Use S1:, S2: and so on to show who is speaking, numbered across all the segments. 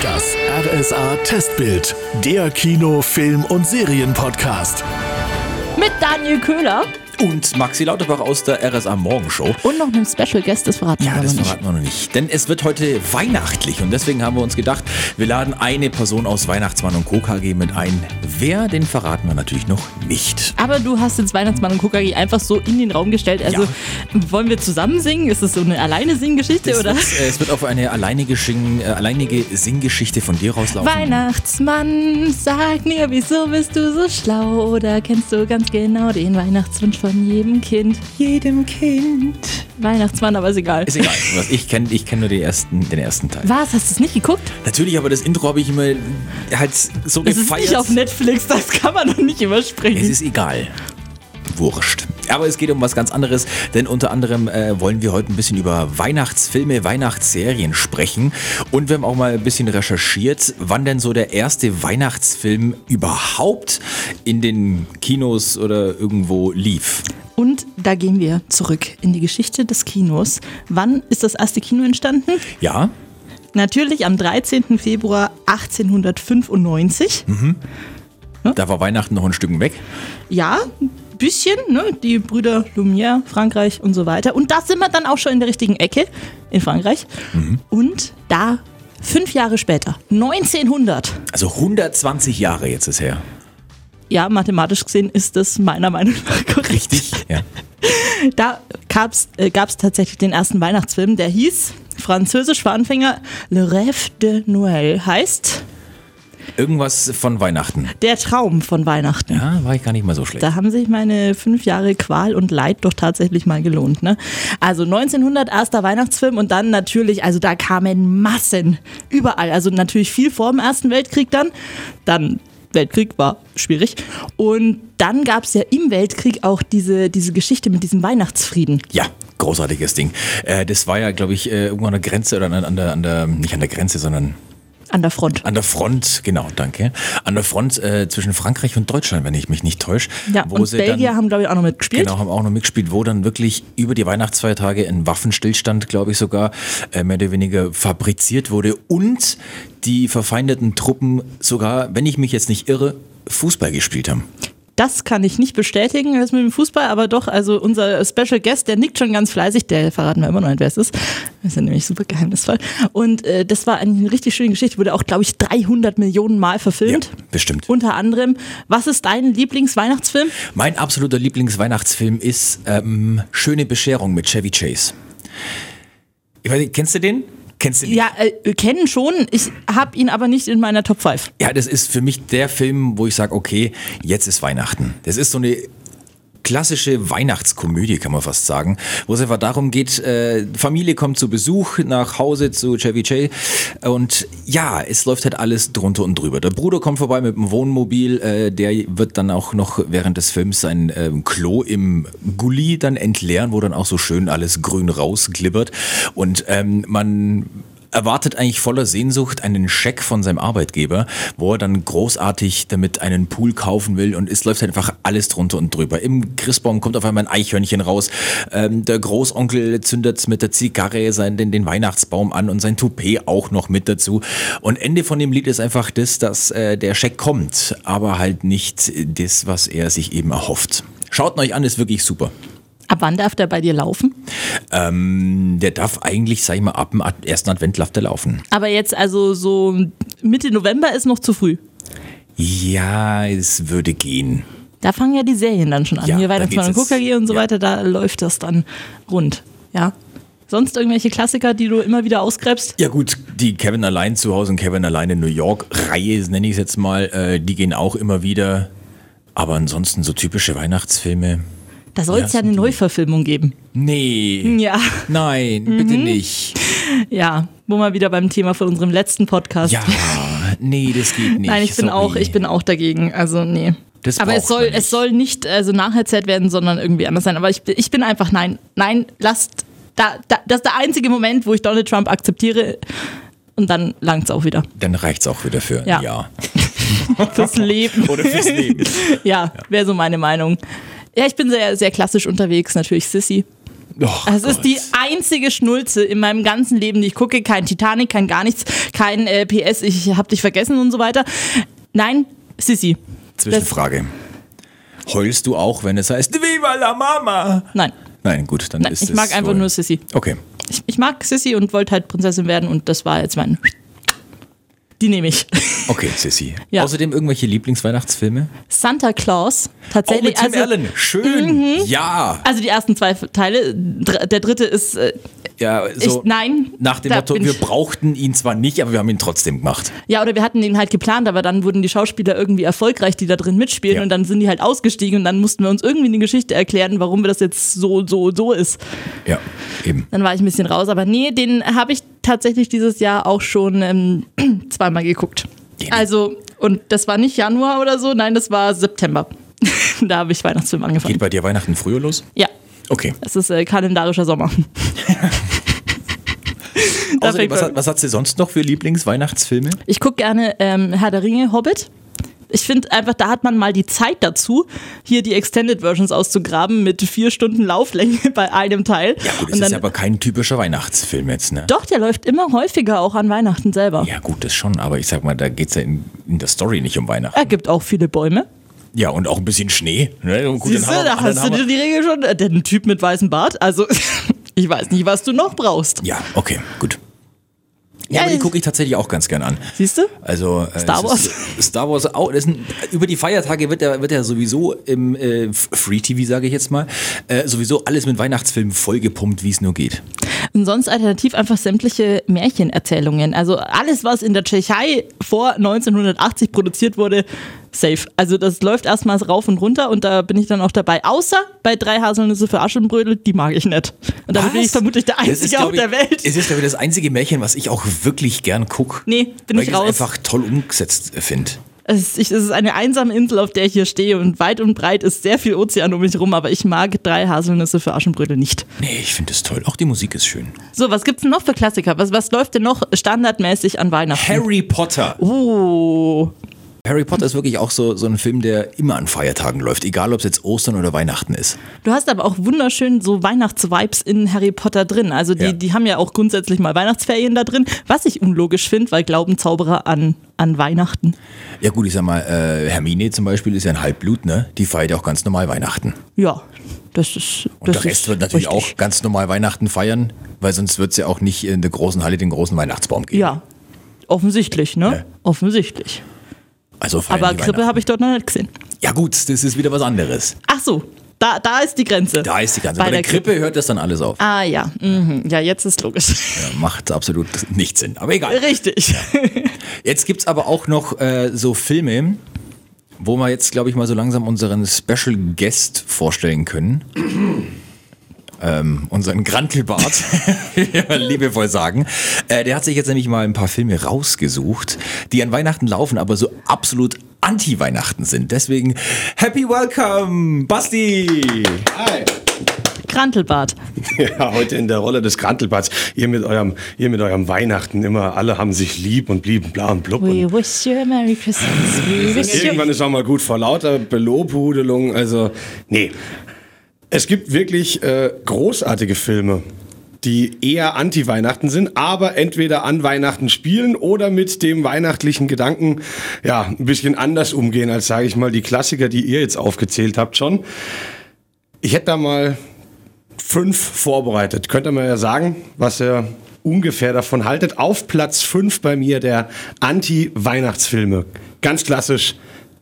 S1: Das RSA Testbild, der Kino, Film und Serienpodcast.
S2: Mit Daniel Köhler
S3: Und Maxi Lauterbach aus der RSA Morgenshow.
S2: und noch einem Special Guest, das verraten wir
S3: Ja,
S2: aber
S3: das
S2: nicht.
S3: verraten wir noch nicht. Denn es wird heute weihnachtlich und deswegen haben wir uns gedacht, wir laden eine Person aus Weihnachtsmann und Co. KG mit ein. Wer, den verraten wir natürlich noch nicht.
S2: Aber du hast jetzt Weihnachtsmann und Kokagi einfach so in den Raum gestellt. Also
S3: Ja.
S2: wollen wir zusammen singen? Ist das so eine alleine Singen-Geschichte oder?
S3: Es, wird, äh, es wird auf eine alleinige, Sing, äh, alleinige Singgeschichte von dir rauslaufen.
S2: Weihnachtsmann, sag mir, wieso bist du so schlau? Oder kennst du ganz genau den Weihnachtswunsch von jedem Kind?
S3: jedem Kind.
S2: Weihnachtsmann, aber ist egal.
S3: Ist e- egal. Was ich kenne ich kenn nur den ersten, den ersten Teil.
S2: Was? Hast du es nicht geguckt?
S3: Natürlich, aber das Intro habe ich immer halt so
S2: Es ist
S3: gefeiert.
S2: nicht auf Netflix, das kann man noch nicht
S3: Es
S2: überspringen.
S3: ist egal. Wurscht. Aber es geht um was ganz anderes, denn unter anderem äh, wollen wir heute ein bisschen über Weihnachtsfilme, Weihnachtsserien sprechen. Und wir haben auch mal ein bisschen recherchiert, wann denn so der erste Weihnachtsfilm überhaupt in den Kinos oder irgendwo lief.
S2: Und da gehen wir zurück in die Geschichte des Kinos. Wann ist das erste Kino entstanden?
S3: Ja,
S2: Natürlich am 13. Februar 1895.
S3: da war Weihnachten noch ein Stück weg.
S2: Ja, ein bisschen, ne? Die Brüder Lumière, Frankreich und so weiter. Und da sind wir dann auch schon in der richtigen Ecke in Frankreich. Und da fünf Jahre später, 1900.
S3: Also 120 Jahre jetzt ist her.
S2: Ja, mathematisch gesehen ist das meiner Meinung nach korrekt.
S3: Ja.
S2: Da gab es äh, gab's tatsächlich den ersten Weihnachtsfilm, der hieß, französisch für Anfänger, Le Rêve de Noël heißt
S3: Irgendwas von Weihnachten.
S2: Der Traum von Weihnachten.
S3: Ja, war ich gar nicht mal so schlecht.
S2: Da haben sich meine fünf Jahre Qual und Leid doch tatsächlich mal gelohnt. Ne? Also 1900 erster Weihnachtsfilm und dann natürlich, also da kamen Massen überall. Also natürlich viel vor dem Ersten Weltkrieg dann. Dann Weltkrieg war schwierig. Und dann gab es ja im Weltkrieg auch diese, diese Geschichte mit diesem Weihnachtsfrieden.
S3: Ja, großartiges Ding. Äh, das war ja, glaube ich, äh, irgendwo an der Grenze oder an, an, der, an der, nicht an der Grenze, sondern
S2: An der Front.
S3: an der Front, genau, danke. An der Front äh, zwischen Frankreich und Deutschland, wenn ich mich nicht täusche.
S2: Ja,
S3: wo
S2: und
S3: sie
S2: Belgier
S3: dann,
S2: haben, glaube ich, auch noch mitgespielt.
S3: Genau, haben auch noch mitgespielt, wo dann wirklich über die Weihnachtsfeiertage ein Waffenstillstand, glaube ich sogar, äh, mehr oder weniger fabriziert wurde und die verfeindeten Truppen sogar, wenn ich mich jetzt nicht irre, Fußball gespielt haben.
S2: Das kann ich nicht bestätigen, das mit dem Fußball, aber doch, also unser Special Guest, der nickt schon ganz fleißig, der verraten wir immer noch nicht, wer es ist. Wir sind nämlich super geheimnisvoll. Und äh, das war eigentlich eine richtig schöne Geschichte, wurde auch, glaube ich, 300 Millionen Mal verfilmt.
S3: Ja, bestimmt.
S2: Unter anderem, was ist dein Lieblingsweihnachtsfilm?
S3: Mein absoluter Lieblingsweihnachtsfilm ist ähm, Schöne Bescherung mit Chevy Chase. Ich weiß nicht, kennst du den? Kennst du den?
S2: Ja, äh, kennen schon, ich habe ihn aber nicht in meiner Top 5.
S3: Ja, das ist für mich der Film, wo ich sage, okay, jetzt ist Weihnachten. Das ist so eine klassische Weihnachtskomödie, kann man fast sagen, wo es einfach darum geht, äh, Familie kommt zu Besuch nach Hause zu Chevy Chase und ja, es läuft halt alles drunter und drüber. Der Bruder kommt vorbei mit dem Wohnmobil, äh, der wird dann auch noch während des Films sein ähm, Klo im Gully dann entleeren, wo dann auch so schön alles grün rausglibbert und ähm, man erwartet eigentlich voller Sehnsucht einen Scheck von seinem Arbeitgeber, wo er dann großartig damit einen Pool kaufen will und es läuft halt einfach alles drunter und drüber. Im Christbaum kommt auf einmal ein Eichhörnchen raus, ähm, der Großonkel zündet mit der Zigarre sein, den, den Weihnachtsbaum an und sein Toupet auch noch mit dazu. Und Ende von dem Lied ist einfach das, dass äh, der Scheck kommt, aber halt nicht das, was er sich eben erhofft. Schaut ihn euch an, ist wirklich super.
S2: Ab wann darf der bei dir laufen?
S3: Ähm, Der darf eigentlich, sag ich mal, ab dem Ad- ersten Advent darf der laufen.
S2: Aber jetzt also so Mitte November ist noch zu früh.
S3: Ja, es würde gehen.
S2: Da fangen ja die Serien dann schon an.
S3: Ja,
S2: Hier
S3: da
S2: Weihnachtsmann und
S3: geht's jetzt-
S2: KKG und so
S3: ja.
S2: weiter, da läuft das dann rund. Ja. Sonst irgendwelche Klassiker, die du immer wieder ausgräbst?
S3: Ja gut, die Kevin allein zu Hause und Kevin allein in New York Reihe, nenne ich es jetzt mal, äh, die gehen auch immer wieder. Aber ansonsten so typische Weihnachtsfilme.
S2: Da soll es ja,
S3: Ja,
S2: eine Neuverfilmung geben.
S3: Nee.
S2: Ja, Mhm.
S3: Nein, bitte nicht.
S2: ja. Wo wir wieder beim Thema von unserem letzten Podcast.
S3: Ja, nee, das geht nicht.
S2: Nein, ich bin
S3: sorry.
S2: auch, ich bin auch dagegen. Also nee.
S3: Das
S2: Aber es
S3: braucht
S2: soll,
S3: man
S2: es
S3: nicht.
S2: soll nicht also nacherzählt werden, sondern irgendwie anders sein. Aber ich, bin- ich bin einfach nein, nein, lasst. Da, da, das ist der einzige Moment, wo ich Donald Trump akzeptiere. Und dann langt's auch wieder.
S3: Dann reicht's auch wieder für ein
S2: Ja.
S3: Jahr.
S2: Fürs Leben.
S3: Oder fürs Leben.
S2: ja, wäre so meine Meinung. Ja, ich bin sehr, sehr klassisch unterwegs, natürlich Sissy.
S3: Och
S2: Das ist
S3: Gott.
S2: die einzige Schnulze in meinem ganzen Leben, die ich gucke. Kein Titanic, kein gar nichts, kein äh, PS, ich hab dich vergessen und so weiter. Nein, Sissi.
S3: Zwischenfrage. Heulst du auch, wenn es heißt Viva la Mama?
S2: Nein.
S3: Nein, gut, dann
S2: Nein,
S3: ist
S2: ich
S3: es
S2: mag einfach
S3: wohl-
S2: nur Sissy.
S3: Okay.
S2: Ich, ich mag Sissy und wollte halt Prinzessin werden und das war jetzt mein. Die nehme ich.
S3: Okay, Sissy.
S2: Ja.
S3: Außerdem irgendwelche Lieblingsweihnachtsfilme?
S2: Santa Claus.
S3: Oh,
S2: Tatsächlich.
S3: mit Tim
S2: also,
S3: Allen. Schön. Ja.
S2: also die ersten zwei Teile. Dr- Der dritte ist. Äh,
S3: ja so
S2: Ich- nein,
S3: Nach dem
S2: da
S3: Motto,
S2: bin
S3: wir
S2: ich-
S3: brauchten ihn zwar nicht, aber wir haben ihn trotzdem gemacht.
S2: Ja, oder wir hatten den halt geplant, aber dann wurden die Schauspieler irgendwie erfolgreich, die da drin mitspielen
S3: Ja.
S2: und dann sind die halt ausgestiegen und dann mussten wir uns irgendwie eine Geschichte erklären, warum wir das jetzt so, so, so ist.
S3: Ja, eben.
S2: Dann war ich ein bisschen raus, aber nee, den habe ich tatsächlich dieses Jahr auch schon ähm, zweimal geguckt.
S3: Eben.
S2: Also, und das war nicht Januar oder so, nein, das war September. da habe ich Weihnachtsfilm angefangen.
S3: Geht bei dir Weihnachten früher los?
S2: Ja,
S3: Okay.
S2: es ist äh, kalendarischer Sommer. Da
S3: Außerdem,
S2: fängt
S3: was,
S2: man-
S3: hat- was hat sie sonst noch für Lieblingsweihnachtsfilme?
S2: Ich gucke gerne ähm, Herr der Ringe, Hobbit. Ich finde einfach, da hat man mal die Zeit dazu, hier die Extended Versions auszugraben mit vier Stunden Lauflänge bei einem Teil.
S3: Ja, gut, es
S2: Und
S3: ist
S2: dann,
S3: ja aber kein typischer Weihnachtsfilm jetzt, ne?
S2: doch, der läuft immer häufiger auch an Weihnachten selber.
S3: Ja, gut, das schon, aber ich sag mal, da geht's ja in, in der Story nicht um Weihnachten.
S2: Er gibt auch viele Bäume.
S3: Ja, und auch ein bisschen Schnee. Ne? Und gut, dann
S2: Siehst du,
S3: haben wir-
S2: da
S3: dann
S2: hast du
S3: haben
S2: dir
S3: wir-
S2: die Regel schon. äh, Der Typ mit weißem Bart. Also, ich weiß nicht, was du noch brauchst.
S3: Ja, okay, gut. Ja,
S2: Ja,
S3: aber die
S2: ich-
S3: gucke ich tatsächlich auch ganz gern an.
S2: Siehst du?
S3: Also äh,
S2: Star
S3: es Ist, Star Wars auch. Das ist ein, über die Feiertage wird ja wird ja sowieso im äh, F- Free TV, sage ich jetzt mal, äh, sowieso alles mit Weihnachtsfilmen vollgepumpt, wie es nur geht.
S2: Und sonst alternativ einfach sämtliche Märchenerzählungen. Also alles, was in der Tschechei vor 1980 produziert wurde, safe. Also das läuft erstmal rauf und runter und da bin ich dann auch dabei. Außer bei drei Haselnüsse für Aschenbrödel, die mag ich nicht. Und damit bin ich
S3: Was?
S2: vermutlich der
S3: Das ist,
S2: Einzige
S3: glaub
S2: auf der
S3: ich,
S2: Welt.
S3: Es ist, glaube ich, das einzige Märchen, was ich auch wirklich gern gucke.
S2: Nee, bin
S3: weil
S2: ich
S3: ich es
S2: raus.
S3: einfach toll umgesetzt äh, finde.
S2: Es ist, ich- es ist eine einsame Insel, auf der ich hier stehe und weit und breit ist sehr viel Ozean um mich rum, aber ich mag drei Haselnüsse für Aschenbrödel nicht.
S3: Nee, ich finde es toll. Auch die Musik ist schön.
S2: So, was gibt's denn noch für Klassiker? Was, was läuft denn noch standardmäßig an Weihnachten?
S3: Harry Potter.
S2: oh.
S3: Harry Potter ist wirklich auch so, so ein Film, der immer an Feiertagen läuft, egal ob es jetzt Ostern oder Weihnachten ist.
S2: Du hast aber auch wunderschön so Weihnachtsvibes in Harry Potter drin. Also die,
S3: Ja.
S2: die haben ja auch grundsätzlich mal Weihnachtsferien da drin, was ich unlogisch finde, weil glauben Zauberer an, an Weihnachten.
S3: Ja gut, ich sag mal, äh, Hermine zum Beispiel ist ja ein Halbblut, ne? Die feiert ja auch ganz normal Weihnachten.
S2: Ja, das ist.
S3: Und
S2: das
S3: der Rest
S2: ist
S3: wird natürlich
S2: richtig.
S3: auch ganz normal Weihnachten feiern, weil sonst wird es ja auch nicht in der großen Halle den großen Weihnachtsbaum geben.
S2: Ja, offensichtlich, ne?
S3: Ja.
S2: Offensichtlich.
S3: Also feiern
S2: Aber
S3: die
S2: Krippe
S3: Weihnachten.
S2: habe ich dort noch nicht gesehen.
S3: Ja gut, das ist wieder was anderes.
S2: Ach so, da, da ist die Grenze.
S3: Da ist die ganze.
S2: Bei
S3: Bei, der
S2: der
S3: Krippe hört das dann alles auf.
S2: Ah ja, mhm. ja, jetzt ist logisch.
S3: Ja, macht absolut nicht Sinn. Aber egal.
S2: Richtig.
S3: Jetzt gibt es aber auch noch äh, so Filme, wo wir jetzt, glaube ich, mal so langsam unseren Special Guest vorstellen können. ähm, unseren Grantelbart, wie wir liebevoll sagen. Äh, der hat sich jetzt nämlich mal ein paar Filme rausgesucht, die an Weihnachten laufen, aber so absolut anti-Weihnachten sind. Deswegen happy welcome, Basti!
S4: Hi.
S2: Krantelbart.
S4: Ja, heute in der Rolle des Krantelbarts. Ihr mit eurem, ihr mit eurem Weihnachten immer, alle haben sich lieb und blieben bla und blub. Und
S2: We wish you a Merry Christmas. We wish you
S4: irgendwann ist auch mal gut vor lauter Belobhudelung. Also, nee. Es gibt wirklich äh, großartige Filme, die eher anti-Weihnachten sind, aber entweder an Weihnachten spielen oder mit dem weihnachtlichen Gedanken ja ein bisschen anders umgehen, als sage ich mal die Klassiker, die ihr jetzt aufgezählt habt schon. Ich hätte da mal fünf vorbereitet. Könnt ihr mir ja sagen, was ihr ungefähr davon haltet. Auf Platz fünf bei mir der Anti-Weihnachtsfilme. Ganz klassisch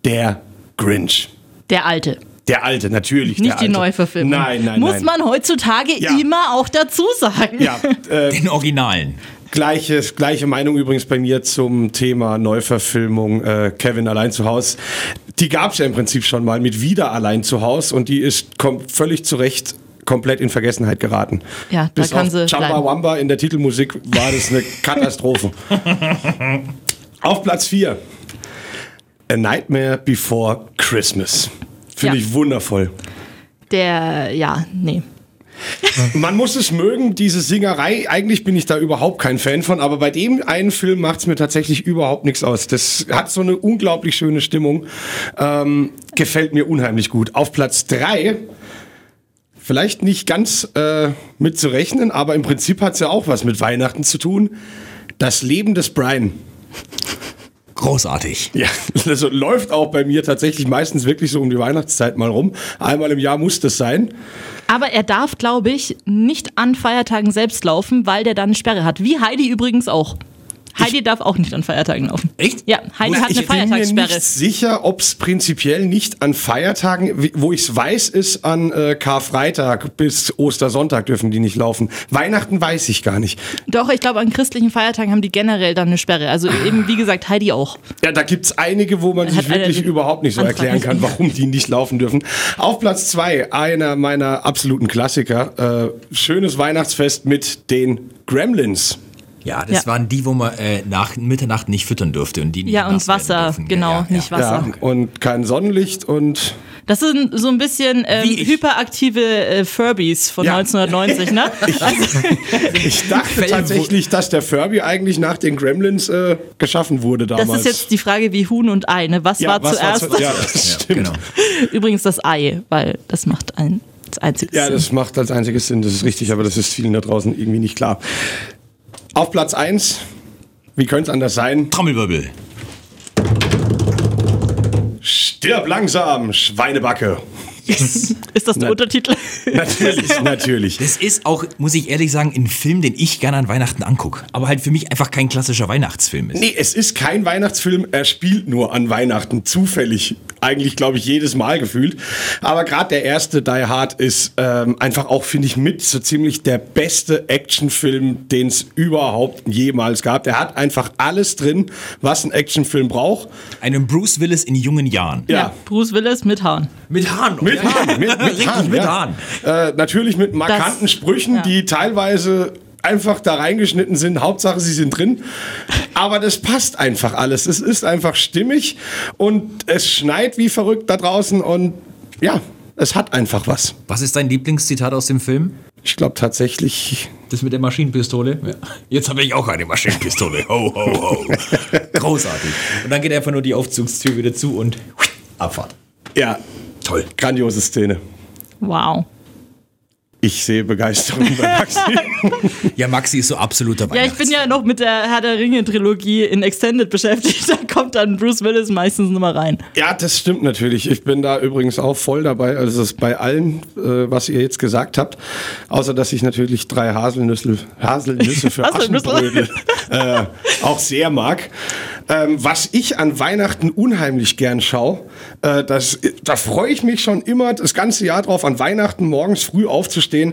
S4: der Grinch.
S2: Der Alte.
S4: Der alte, natürlich. der
S2: Nicht die
S4: alte.
S2: Neuverfilmung.
S4: Nein, nein,
S2: Muss
S4: nein.
S2: man heutzutage
S4: Ja.
S2: immer auch dazu sagen.
S4: Ja, äh,
S3: Den Originalen.
S4: gleiche, gleiche Meinung übrigens bei mir zum Thema Neuverfilmung äh, Kevin allein zu Haus. Die gab es ja im Prinzip schon mal mit Wieder allein zu Haus und die ist kom- völlig zu Recht komplett in Vergessenheit geraten.
S2: Ja, da
S4: Bis
S2: kann
S4: auf
S2: sie
S4: Chamba
S2: bleiben.
S4: Wamba in der Titelmusik war das eine Katastrophe. auf Platz 4. A Nightmare Before Christmas. Finde
S2: Ja.
S4: ich wundervoll.
S2: Der, ja, nee.
S4: Man muss es mögen, diese Singerei. Eigentlich bin ich da überhaupt kein Fan von, aber bei dem einen Film macht es mir tatsächlich überhaupt nichts aus. Das hat so eine unglaublich schöne Stimmung. Ähm, gefällt mir unheimlich gut. Auf Platz drei vielleicht nicht ganz äh, mit zu rechnen, aber im Prinzip hat es ja auch was mit Weihnachten zu tun. Das Leben des Brian.
S3: Großartig.
S4: Ja, das läuft auch bei mir tatsächlich meistens wirklich so um die Weihnachtszeit mal rum. Einmal im Jahr muss das sein.
S2: Aber er darf, glaube ich, nicht an Feiertagen selbst laufen, weil der dann eine Sperre hat. Wie Heidi übrigens auch. Heidi darf auch nicht an Feiertagen laufen.
S3: Echt?
S2: Ja, Heidi hat eine
S4: ich bin mir
S2: Feiertagssperre.
S4: nicht sicher, ob es prinzipiell nicht an Feiertagen, wie- wo ich es weiß, ist an äh, Karfreitag bis Ostersonntag dürfen die nicht laufen. Weihnachten weiß ich gar nicht.
S2: Doch, ich glaube, an christlichen Feiertagen haben die generell dann eine Sperre. Also eben, wie gesagt, Heidi auch.
S4: Ja, da gibt's einige, wo man
S2: Hat
S4: sich
S2: einer
S4: wirklich
S2: den
S4: überhaupt nicht so
S2: Antrag
S4: erklären
S2: nicht
S4: kann,
S2: gemacht?
S4: warum die nicht laufen dürfen. Auf Platz zwei einer meiner absoluten Klassiker. Äh, schönes Weihnachtsfest mit den Gremlins.
S3: Ja, das
S2: Ja.
S3: waren die, wo man äh, nach Mitternacht nicht füttern durfte. Und die nicht
S2: Ja, und
S3: nass werden
S2: Wasser,
S3: dürfen.
S2: genau,
S3: Ja, ja,
S2: nicht
S3: ja.
S2: Wasser.
S4: Ja, und kein Sonnenlicht und
S2: Das sind so ein bisschen ähm,
S3: Wie ich.
S2: hyperaktive äh, Furbies von
S4: Ja.
S2: 1990, ne?
S4: ich dachte
S3: Fell-
S4: tatsächlich, dass der Furby eigentlich nach den Gremlins äh, geschaffen wurde damals.
S2: Das ist jetzt die Frage wie Huhn und Ei, ne? Was
S4: Ja,
S2: war
S4: was war
S2: zuerst?
S4: zu- ja, das
S3: Ja,
S4: stimmt.
S3: genau.
S2: Übrigens das Ei, weil das macht ein das einzige
S4: Ja,
S2: Sinn.
S4: das macht als einziges Sinn, das ist richtig, aber das ist vielen da draußen irgendwie nicht klar. Auf Platz eins wie könnte es anders sein?
S3: Trommelwirbel.
S4: Stirb langsam, Schweinebacke.
S2: Ist das der
S4: Nein.
S2: Untertitel?
S4: Natürlich, natürlich.
S3: Das ist auch, muss ich ehrlich sagen, ein Film, den ich gerne an Weihnachten angucke. Aber halt für mich einfach kein klassischer Weihnachtsfilm ist.
S4: Nee, es ist kein Weihnachtsfilm, er spielt nur an Weihnachten, zufällig. Eigentlich, glaube ich, jedes Mal gefühlt. Aber gerade der erste Die Hard ist ähm, einfach auch, finde ich, mit so ziemlich der beste Actionfilm, den es überhaupt jemals gab. Der hat einfach alles drin, was ein Actionfilm braucht.
S3: Einen Bruce Willis in jungen Jahren.
S4: Ja.
S2: Bruce Willis mit Haaren.
S3: Mit Haaren.
S4: Mit Haaren, mit, mit
S3: Richtig,
S4: Haaren.
S3: mit
S4: ja.
S3: Haaren.
S4: Äh, natürlich mit markanten
S2: Das-
S4: Sprüchen,
S2: ja.
S4: die teilweise einfach da reingeschnitten sind. Hauptsache, sie sind drin. Aber das passt einfach alles. Es ist einfach stimmig und es schneit wie verrückt da draußen und ja, es hat einfach was.
S3: Was ist dein Lieblingszitat aus dem Film?
S4: Ich glaube tatsächlich,
S3: Das mit der Maschinenpistole. Jetzt habe ich auch eine Maschinenpistole. Ho, ho, ho. Großartig. Und dann geht einfach nur die Aufzugstür wieder zu und Abfahrt.
S4: ja,
S3: Toll.
S4: grandiose Szene.
S2: Wow.
S4: Ich sehe Begeisterung bei Maxi.
S3: Ja, Maxi ist so absoluter
S2: Ja, ich bin ja noch mit der Herr der Ringe-Trilogie in Extended beschäftigt. Da kommt dann Bruce Willis meistens nochmal rein.
S4: Ja, das stimmt natürlich. Ich bin da übrigens auch voll dabei. Also es ist bei allen, äh, was ihr jetzt gesagt habt, außer dass ich natürlich drei Haselnüsse, Haselnüsse für
S2: Haselnüsse.
S4: Aschenbrödel äh, auch sehr mag. Ähm, was ich an Weihnachten unheimlich gern schaue, äh, das, da freue ich mich schon immer das ganze Jahr drauf, an Weihnachten morgens früh aufzustehen,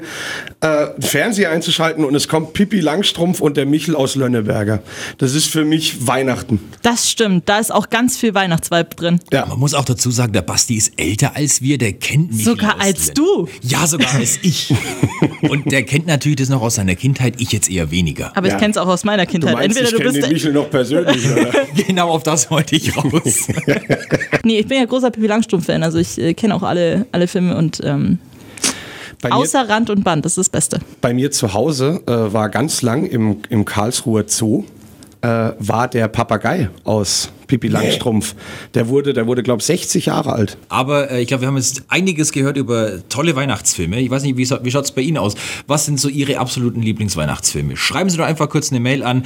S4: äh, den Fernseher einzuschalten und es kommt Pippi Langstrumpf und der Michel aus Lönneberger. Das ist für mich Weihnachten.
S2: Das stimmt. Da ist auch ganz viel Weihnachtsvibe drin.
S4: Ja.
S3: Man muss auch dazu sagen, der Basti ist älter als wir, der kennt mich.
S2: Sogar
S3: aus
S2: als
S3: Lön-
S2: du.
S3: Ja, sogar als ich. Und der kennt natürlich das noch aus seiner Kindheit, ich jetzt eher weniger.
S2: Aber
S4: Ja.
S2: ich kenn's auch aus meiner
S4: Du
S2: Kindheit.
S4: meinst,
S2: Entweder
S4: ich
S2: du
S4: kenne
S2: bist.
S4: den Michel noch persönlich, oder?
S3: Genau auf das wollte ich raus.
S2: Nee, ich bin ja großer Pippi Langstrumpf-Fan. Also ich äh, kenne auch alle, alle Filme und. Ähm,
S4: Bei mir,
S2: außer Rand und Band, das ist das Beste.
S4: bei mir zu Hause äh, war ganz lang im, im Karlsruher Zoo äh, war der Papagei aus Pipi Langstrumpf. Der wurde, der wurde glaube ich 60 Jahre alt.
S3: Aber äh, ich glaube, wir haben jetzt einiges gehört über tolle Weihnachtsfilme. Ich weiß nicht, wie, so- wie schaut es bei Ihnen aus? Was sind so Ihre absoluten Lieblingsweihnachtsfilme? Schreiben Sie doch einfach kurz eine Mail an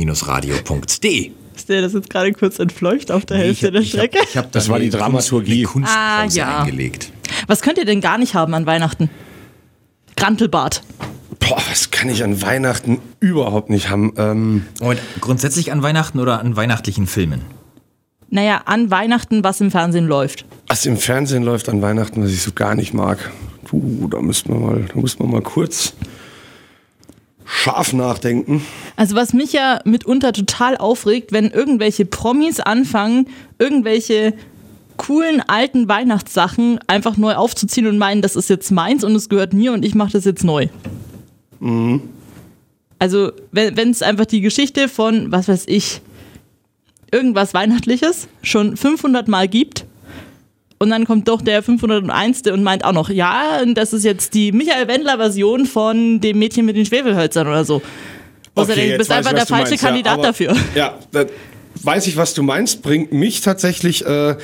S3: redaktion.rsa-radio.de.
S2: Ist dir das jetzt gerade kurz entfleucht auf der Hälfte der Strecke?
S3: Ich habe das
S4: war die Dramaturgie.
S3: Kunst, eine
S2: Ah,
S3: Kunstpause
S2: ja.
S3: eingelegt.
S2: Was könnt ihr denn gar nicht haben an Weihnachten? Grantelbart.
S4: Boah, was kann ich an Weihnachten überhaupt nicht haben? Ähm,
S3: Und grundsätzlich an Weihnachten oder an weihnachtlichen Filmen?
S2: Naja, an Weihnachten, was im Fernsehen läuft.
S4: was im Fernsehen läuft an Weihnachten, was ich so gar nicht mag. Puh, da müssten wir mal, da müssten wir mal kurz scharf nachdenken.
S2: Also was mich ja mitunter total aufregt, wenn irgendwelche Promis anfangen, irgendwelche coolen alten Weihnachtssachen einfach neu aufzuziehen und meinen, das ist jetzt meins und es gehört mir und ich mache das jetzt neu. Also wenn es einfach die Geschichte von, was weiß ich, irgendwas Weihnachtliches schon 500 Mal gibt und dann kommt doch der 501. und meint auch noch, ja, und das ist jetzt die Michael Wendler-Version von dem Mädchen mit den Schwefelhölzern oder so. Außerdem, Also du
S4: jetzt
S2: bist
S4: weiß
S2: einfach
S4: ich,
S2: der
S4: was du
S2: falsche
S4: meinst.
S2: Kandidat
S4: ja, aber-
S2: dafür.
S4: Ja, das weiß ich, was du meinst, bringt mich tatsächlich, äh,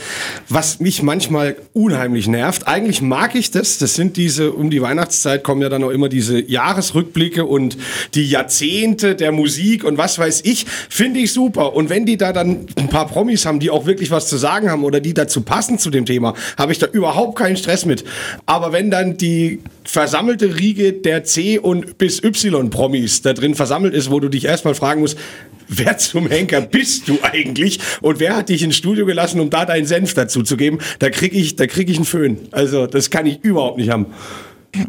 S4: was mich manchmal unheimlich nervt. Eigentlich mag ich das. Das sind diese, um die Weihnachtszeit kommen ja dann auch immer diese Jahresrückblicke und die Jahrzehnte der Musik und was weiß ich, finde ich super. Und wenn die da dann ein paar Promis haben, die auch wirklich was zu sagen haben oder die dazu passen zu dem Thema, habe ich da überhaupt keinen Stress mit. Aber wenn dann die versammelte Riege der C- und bis Y-Promis da drin versammelt ist, wo du dich erstmal fragen musst, wer zum Henker bist du eigentlich und wer hat dich ins Studio gelassen, um da deinen Senf dazu zu geben, da kriege ich, da krieg ich einen Föhn. Also das kann ich überhaupt nicht haben.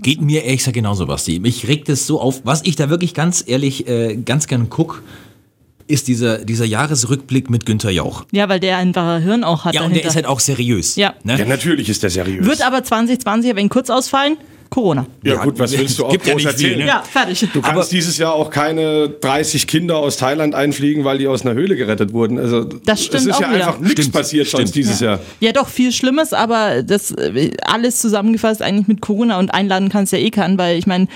S3: Geht mir ehrlich gesagt genauso, Basti. Mich regt es so auf. Was ich da wirklich ganz ehrlich äh, ganz gern gucke, ist dieser, dieser Jahresrückblick mit Günther Jauch.
S2: Ja, weil der ein wahrer Hirn auch hat.
S3: Ja, und der
S2: dahinter.
S3: ist halt auch seriös.
S2: Ja.
S3: Ne?
S4: Ja, natürlich ist der seriös.
S2: Wird aber 2020 wenn kurz ausfallen? Corona.
S4: ja gut, was willst du auch
S3: Gibt ja
S4: groß
S3: nicht viel,
S4: erzählen?
S3: ne?
S2: Ja, fertig.
S4: Du kannst dieses Jahr auch keine 30 Kinder aus Thailand einfliegen, weil die aus einer Höhle gerettet wurden. Also
S2: Das stimmt
S4: es ist
S2: auch
S4: ja
S2: wieder.
S4: einfach nichts
S3: Stimmt,
S4: passiert sonst
S3: stimmt.
S4: dieses Jahr.
S2: Ja, doch, viel Schlimmes, aber das äh, alles zusammengefasst eigentlich mit Corona und einladen kannst ja eh kann, weil ich meine,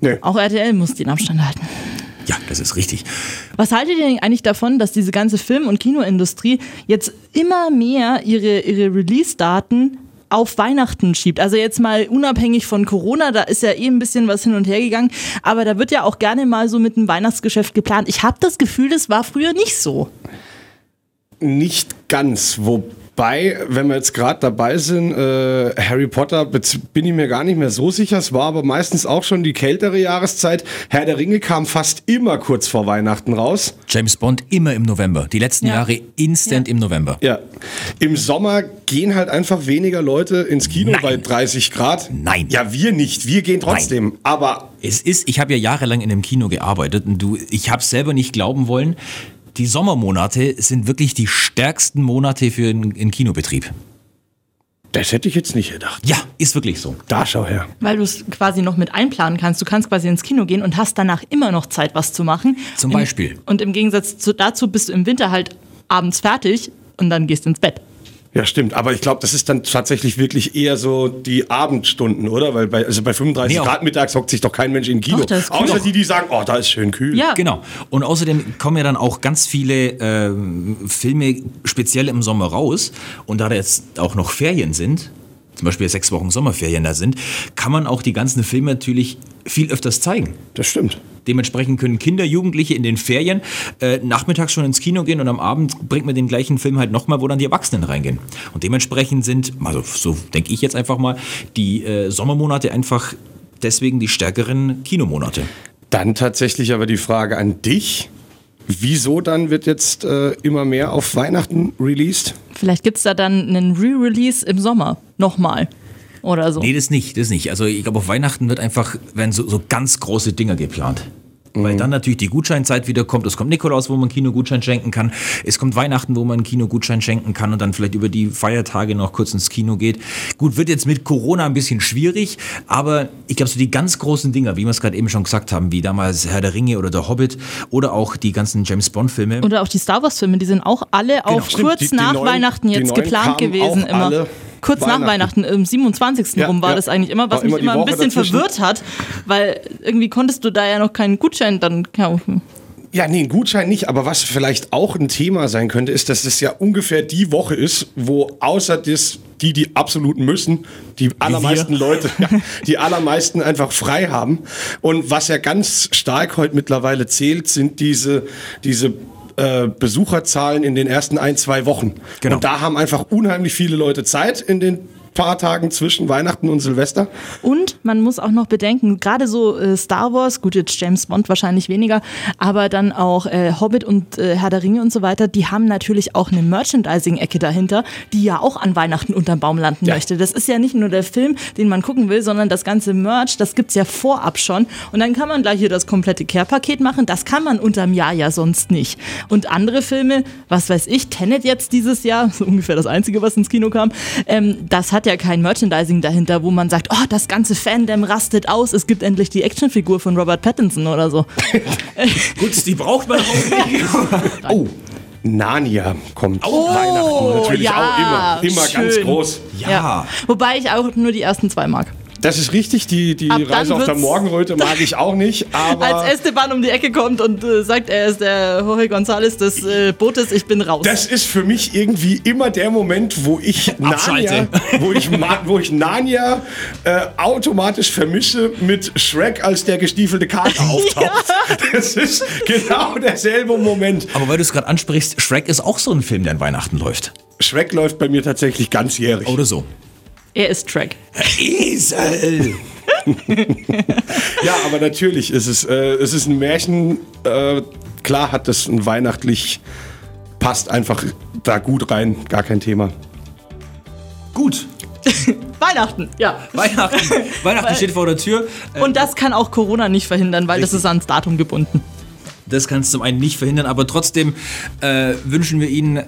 S4: Nee.
S2: auch RTL muss den Abstand halten.
S3: ja, das ist richtig.
S2: Was haltet ihr denn eigentlich davon, dass diese ganze Film- und Kinoindustrie jetzt immer mehr ihre, ihre Release-Daten auf Weihnachten schiebt? Also jetzt mal unabhängig von Corona, da ist ja eh ein bisschen was hin und her gegangen, aber da wird ja auch gerne mal so mit einem Weihnachtsgeschäft geplant. Ich habe das Gefühl, das war früher nicht so.
S4: Nicht ganz, wobei, wenn wir jetzt gerade dabei sind, äh, Harry Potter bez- bin ich mir gar nicht mehr so sicher. Es war aber meistens auch schon die kältere Jahreszeit. Herr der Ringe kam fast immer kurz vor Weihnachten raus.
S3: James Bond immer im November. Die letzten
S2: Ja.
S3: Jahre instant im November.
S4: Ja. Im Sommer gehen halt einfach weniger Leute ins Kino
S3: Nein.
S4: bei 30 Grad.
S3: Nein.
S4: Ja, wir nicht. Wir gehen trotzdem. Aber
S3: Es ist, ich habe ja jahrelang in einem Kino gearbeitet und du, ich habe selber nicht glauben wollen. Die Sommermonate sind wirklich die stärksten Monate für einen Kinobetrieb.
S4: das hätte ich jetzt nicht gedacht.
S3: Ja, ist wirklich so.
S4: Da schau her.
S2: Weil du es quasi noch mit einplanen kannst. Du kannst quasi ins Kino gehen und hast danach immer noch Zeit, was zu machen.
S3: Zum
S2: Im-
S3: Beispiel.
S2: Und im Gegensatz zu, dazu bist du im Winter halt abends fertig und dann gehst ins Bett.
S4: Ja, stimmt. Aber ich glaube, das ist dann tatsächlich wirklich eher so die Abendstunden, oder? Weil bei, also bei 35
S3: Nee, auch-
S4: Grad mittags hockt sich doch kein Mensch im Kino.
S2: Doch, das ist cool.
S4: Außer die, die sagen, oh, da ist schön kühl.
S2: Ja.
S3: Genau. Und außerdem kommen ja dann auch ganz viele ähm, Filme speziell im Sommer raus. Und da da jetzt auch noch Ferien sind, zum Beispiel sechs Wochen Sommerferien da sind, kann man auch die ganzen Filme natürlich viel öfters zeigen.
S4: Das stimmt.
S3: Dementsprechend können Kinder, Jugendliche in den Ferien äh, nachmittags schon ins Kino gehen und am Abend bringt man den gleichen Film halt nochmal, wo dann die Erwachsenen reingehen. Und dementsprechend sind, also so denke ich jetzt einfach mal, die äh, Sommermonate einfach deswegen die stärkeren Kinomonate.
S4: Dann tatsächlich aber die Frage an dich. Wieso dann wird jetzt äh, immer mehr auf Weihnachten released?
S2: Vielleicht gibt es da dann einen Re-Release im Sommer nochmal oder so.
S3: Nee, das nicht, das nicht. Also ich glaube, auf Weihnachten wird einfach, werden so, so ganz große Dinger geplant. Weil dann natürlich die Gutscheinzeit wieder kommt. Es kommt Nikolaus, wo man Kinogutschein schenken kann. Es kommt Weihnachten, wo man Kinogutschein schenken kann und dann vielleicht über die Feiertage noch kurz ins Kino geht. Gut, wird jetzt mit Corona ein bisschen schwierig, aber ich glaube, so die ganz großen Dinger, wie wir es gerade eben schon gesagt haben, wie damals Herr der Ringe oder Der Hobbit oder auch die ganzen James Bond-Filme.
S2: Oder auch die Star Wars-Filme, die sind auch alle auf
S4: Genau, stimmt.
S2: kurz
S4: Die- die
S2: nach
S4: neuen-
S2: Weihnachten
S4: die
S2: jetzt
S4: neuen
S2: geplant
S4: kamen
S2: gewesen
S4: auch
S2: immer.
S4: alle
S2: Kurz nach
S4: Weihnachten.
S2: Weihnachten, im 27.
S4: Ja,
S2: rum war
S4: ja.
S2: das eigentlich immer, was
S4: War immer
S2: mich
S4: die
S2: immer ein
S4: Woche
S2: bisschen
S4: dazwischen.
S2: verwirrt hat, weil irgendwie konntest du da ja noch keinen Gutschein dann kaufen.
S4: Ja, nee, ein Gutschein nicht, aber was vielleicht auch ein Thema sein könnte, ist, dass es ja ungefähr die Woche ist, wo außer des, die, die absolut müssen, die allermeisten Leute, ja, die allermeisten einfach frei haben. Und was ja ganz stark heute mittlerweile zählt, sind diese, diese äh, Besucherzahlen in den ersten ein, zwei Wochen.
S3: Genau.
S4: Und da haben einfach unheimlich viele Leute Zeit in den paar Tagen zwischen Weihnachten und Silvester.
S2: Und man muss auch noch bedenken, gerade so äh, Star Wars, gut, jetzt James Bond wahrscheinlich weniger, aber dann auch äh, Hobbit und äh, Herr der Ringe und so weiter, die haben natürlich auch eine Merchandising-Ecke dahinter, die ja auch an Weihnachten unterm Baum landen möchte. Das ist ja nicht nur der Film, den man gucken will, sondern das ganze Merch, das gibt's ja vorab schon. Und dann kann man gleich hier das komplette Care-Paket machen. Das kann man unterm Jahr ja sonst nicht. Und andere Filme, was weiß ich, Tenet jetzt dieses Jahr, so ungefähr das Einzige, was ins Kino kam, ähm, das hat ja kein Merchandising dahinter, wo man sagt, oh, das ganze Fandom rastet aus, es gibt endlich die Actionfigur von Robert Pattinson oder so.
S3: Gut, die braucht man auch nicht.
S4: Oh, Narnia kommt Weihnachten natürlich
S2: Oh, ja,
S4: auch immer, immer ganz
S2: schön.
S4: groß.
S3: Ja.
S2: Wobei ich auch nur die ersten zwei mag.
S4: Das ist richtig, die, die
S2: Ab dann
S4: Reise auf der
S2: wird's-
S4: Morgenröte mag ich auch nicht, aber.
S2: Als Esteban um die Ecke kommt und äh, sagt, er ist der Jorge González des äh, Bootes, ich bin raus.
S4: Das ist für mich irgendwie immer der Moment, wo ich Narnia,
S3: Abschalte.
S4: wo ich, Ma- wo ich Narnia äh, automatisch vermische mit Shrek, als der gestiefelte Kater auftaucht. Das ist genau derselbe Moment.
S3: Aber weil du es gerade ansprichst, Shrek ist auch so ein Film, der an Weihnachten läuft.
S4: Shrek läuft bei mir tatsächlich ganzjährig.
S3: Oder so.
S2: er ist Track.
S3: Esel!
S4: Ja, aber natürlich ist es, äh, es ist ein Märchen. Äh, klar hat das ein weihnachtlich, passt einfach da gut rein, gar kein Thema.
S3: Gut,
S2: Weihnachten, ja.
S3: Weihnachten. Weihnachten steht vor der Tür.
S2: Und das kann auch Corona nicht verhindern, weil das ist ans Datum gebunden.
S3: Das kannst du zum einen nicht verhindern, aber trotzdem äh, wünschen wir Ihnen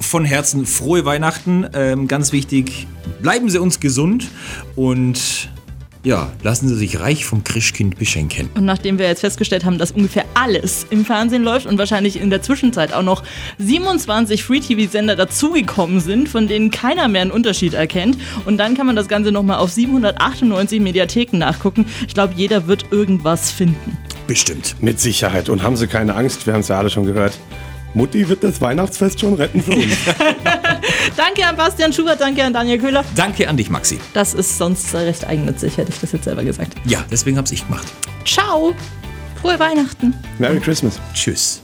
S3: von Herzen frohe Weihnachten. Ähm, ganz wichtig, bleiben Sie uns gesund und ja, lassen Sie sich reich vom Christkind beschenken.
S2: Und nachdem wir jetzt festgestellt haben, dass ungefähr alles im Fernsehen läuft und wahrscheinlich in der Zwischenzeit auch noch 27 Free-TV-Sender dazugekommen sind, von denen keiner mehr einen Unterschied erkennt. Und dann kann man das Ganze nochmal auf 798 Mediatheken nachgucken. Ich glaube, jeder wird irgendwas finden.
S3: Bestimmt.
S4: Mit Sicherheit. Und haben Sie keine Angst, wir haben es ja alle schon gehört. Mutti wird das Weihnachtsfest schon retten für uns.
S2: Danke an Bastian Schubert, danke an Daniel Köhler.
S3: Danke an dich, Maxi.
S2: Das ist sonst recht eigennützig, hätte ich das jetzt selber gesagt.
S3: Ja, deswegen hab's ich gemacht.
S2: Ciao! Frohe Weihnachten!
S4: Merry Christmas.
S3: Tschüss.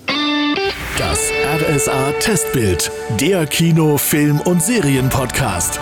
S1: Das RSA Testbild, der Kino, Film und Serienpodcast.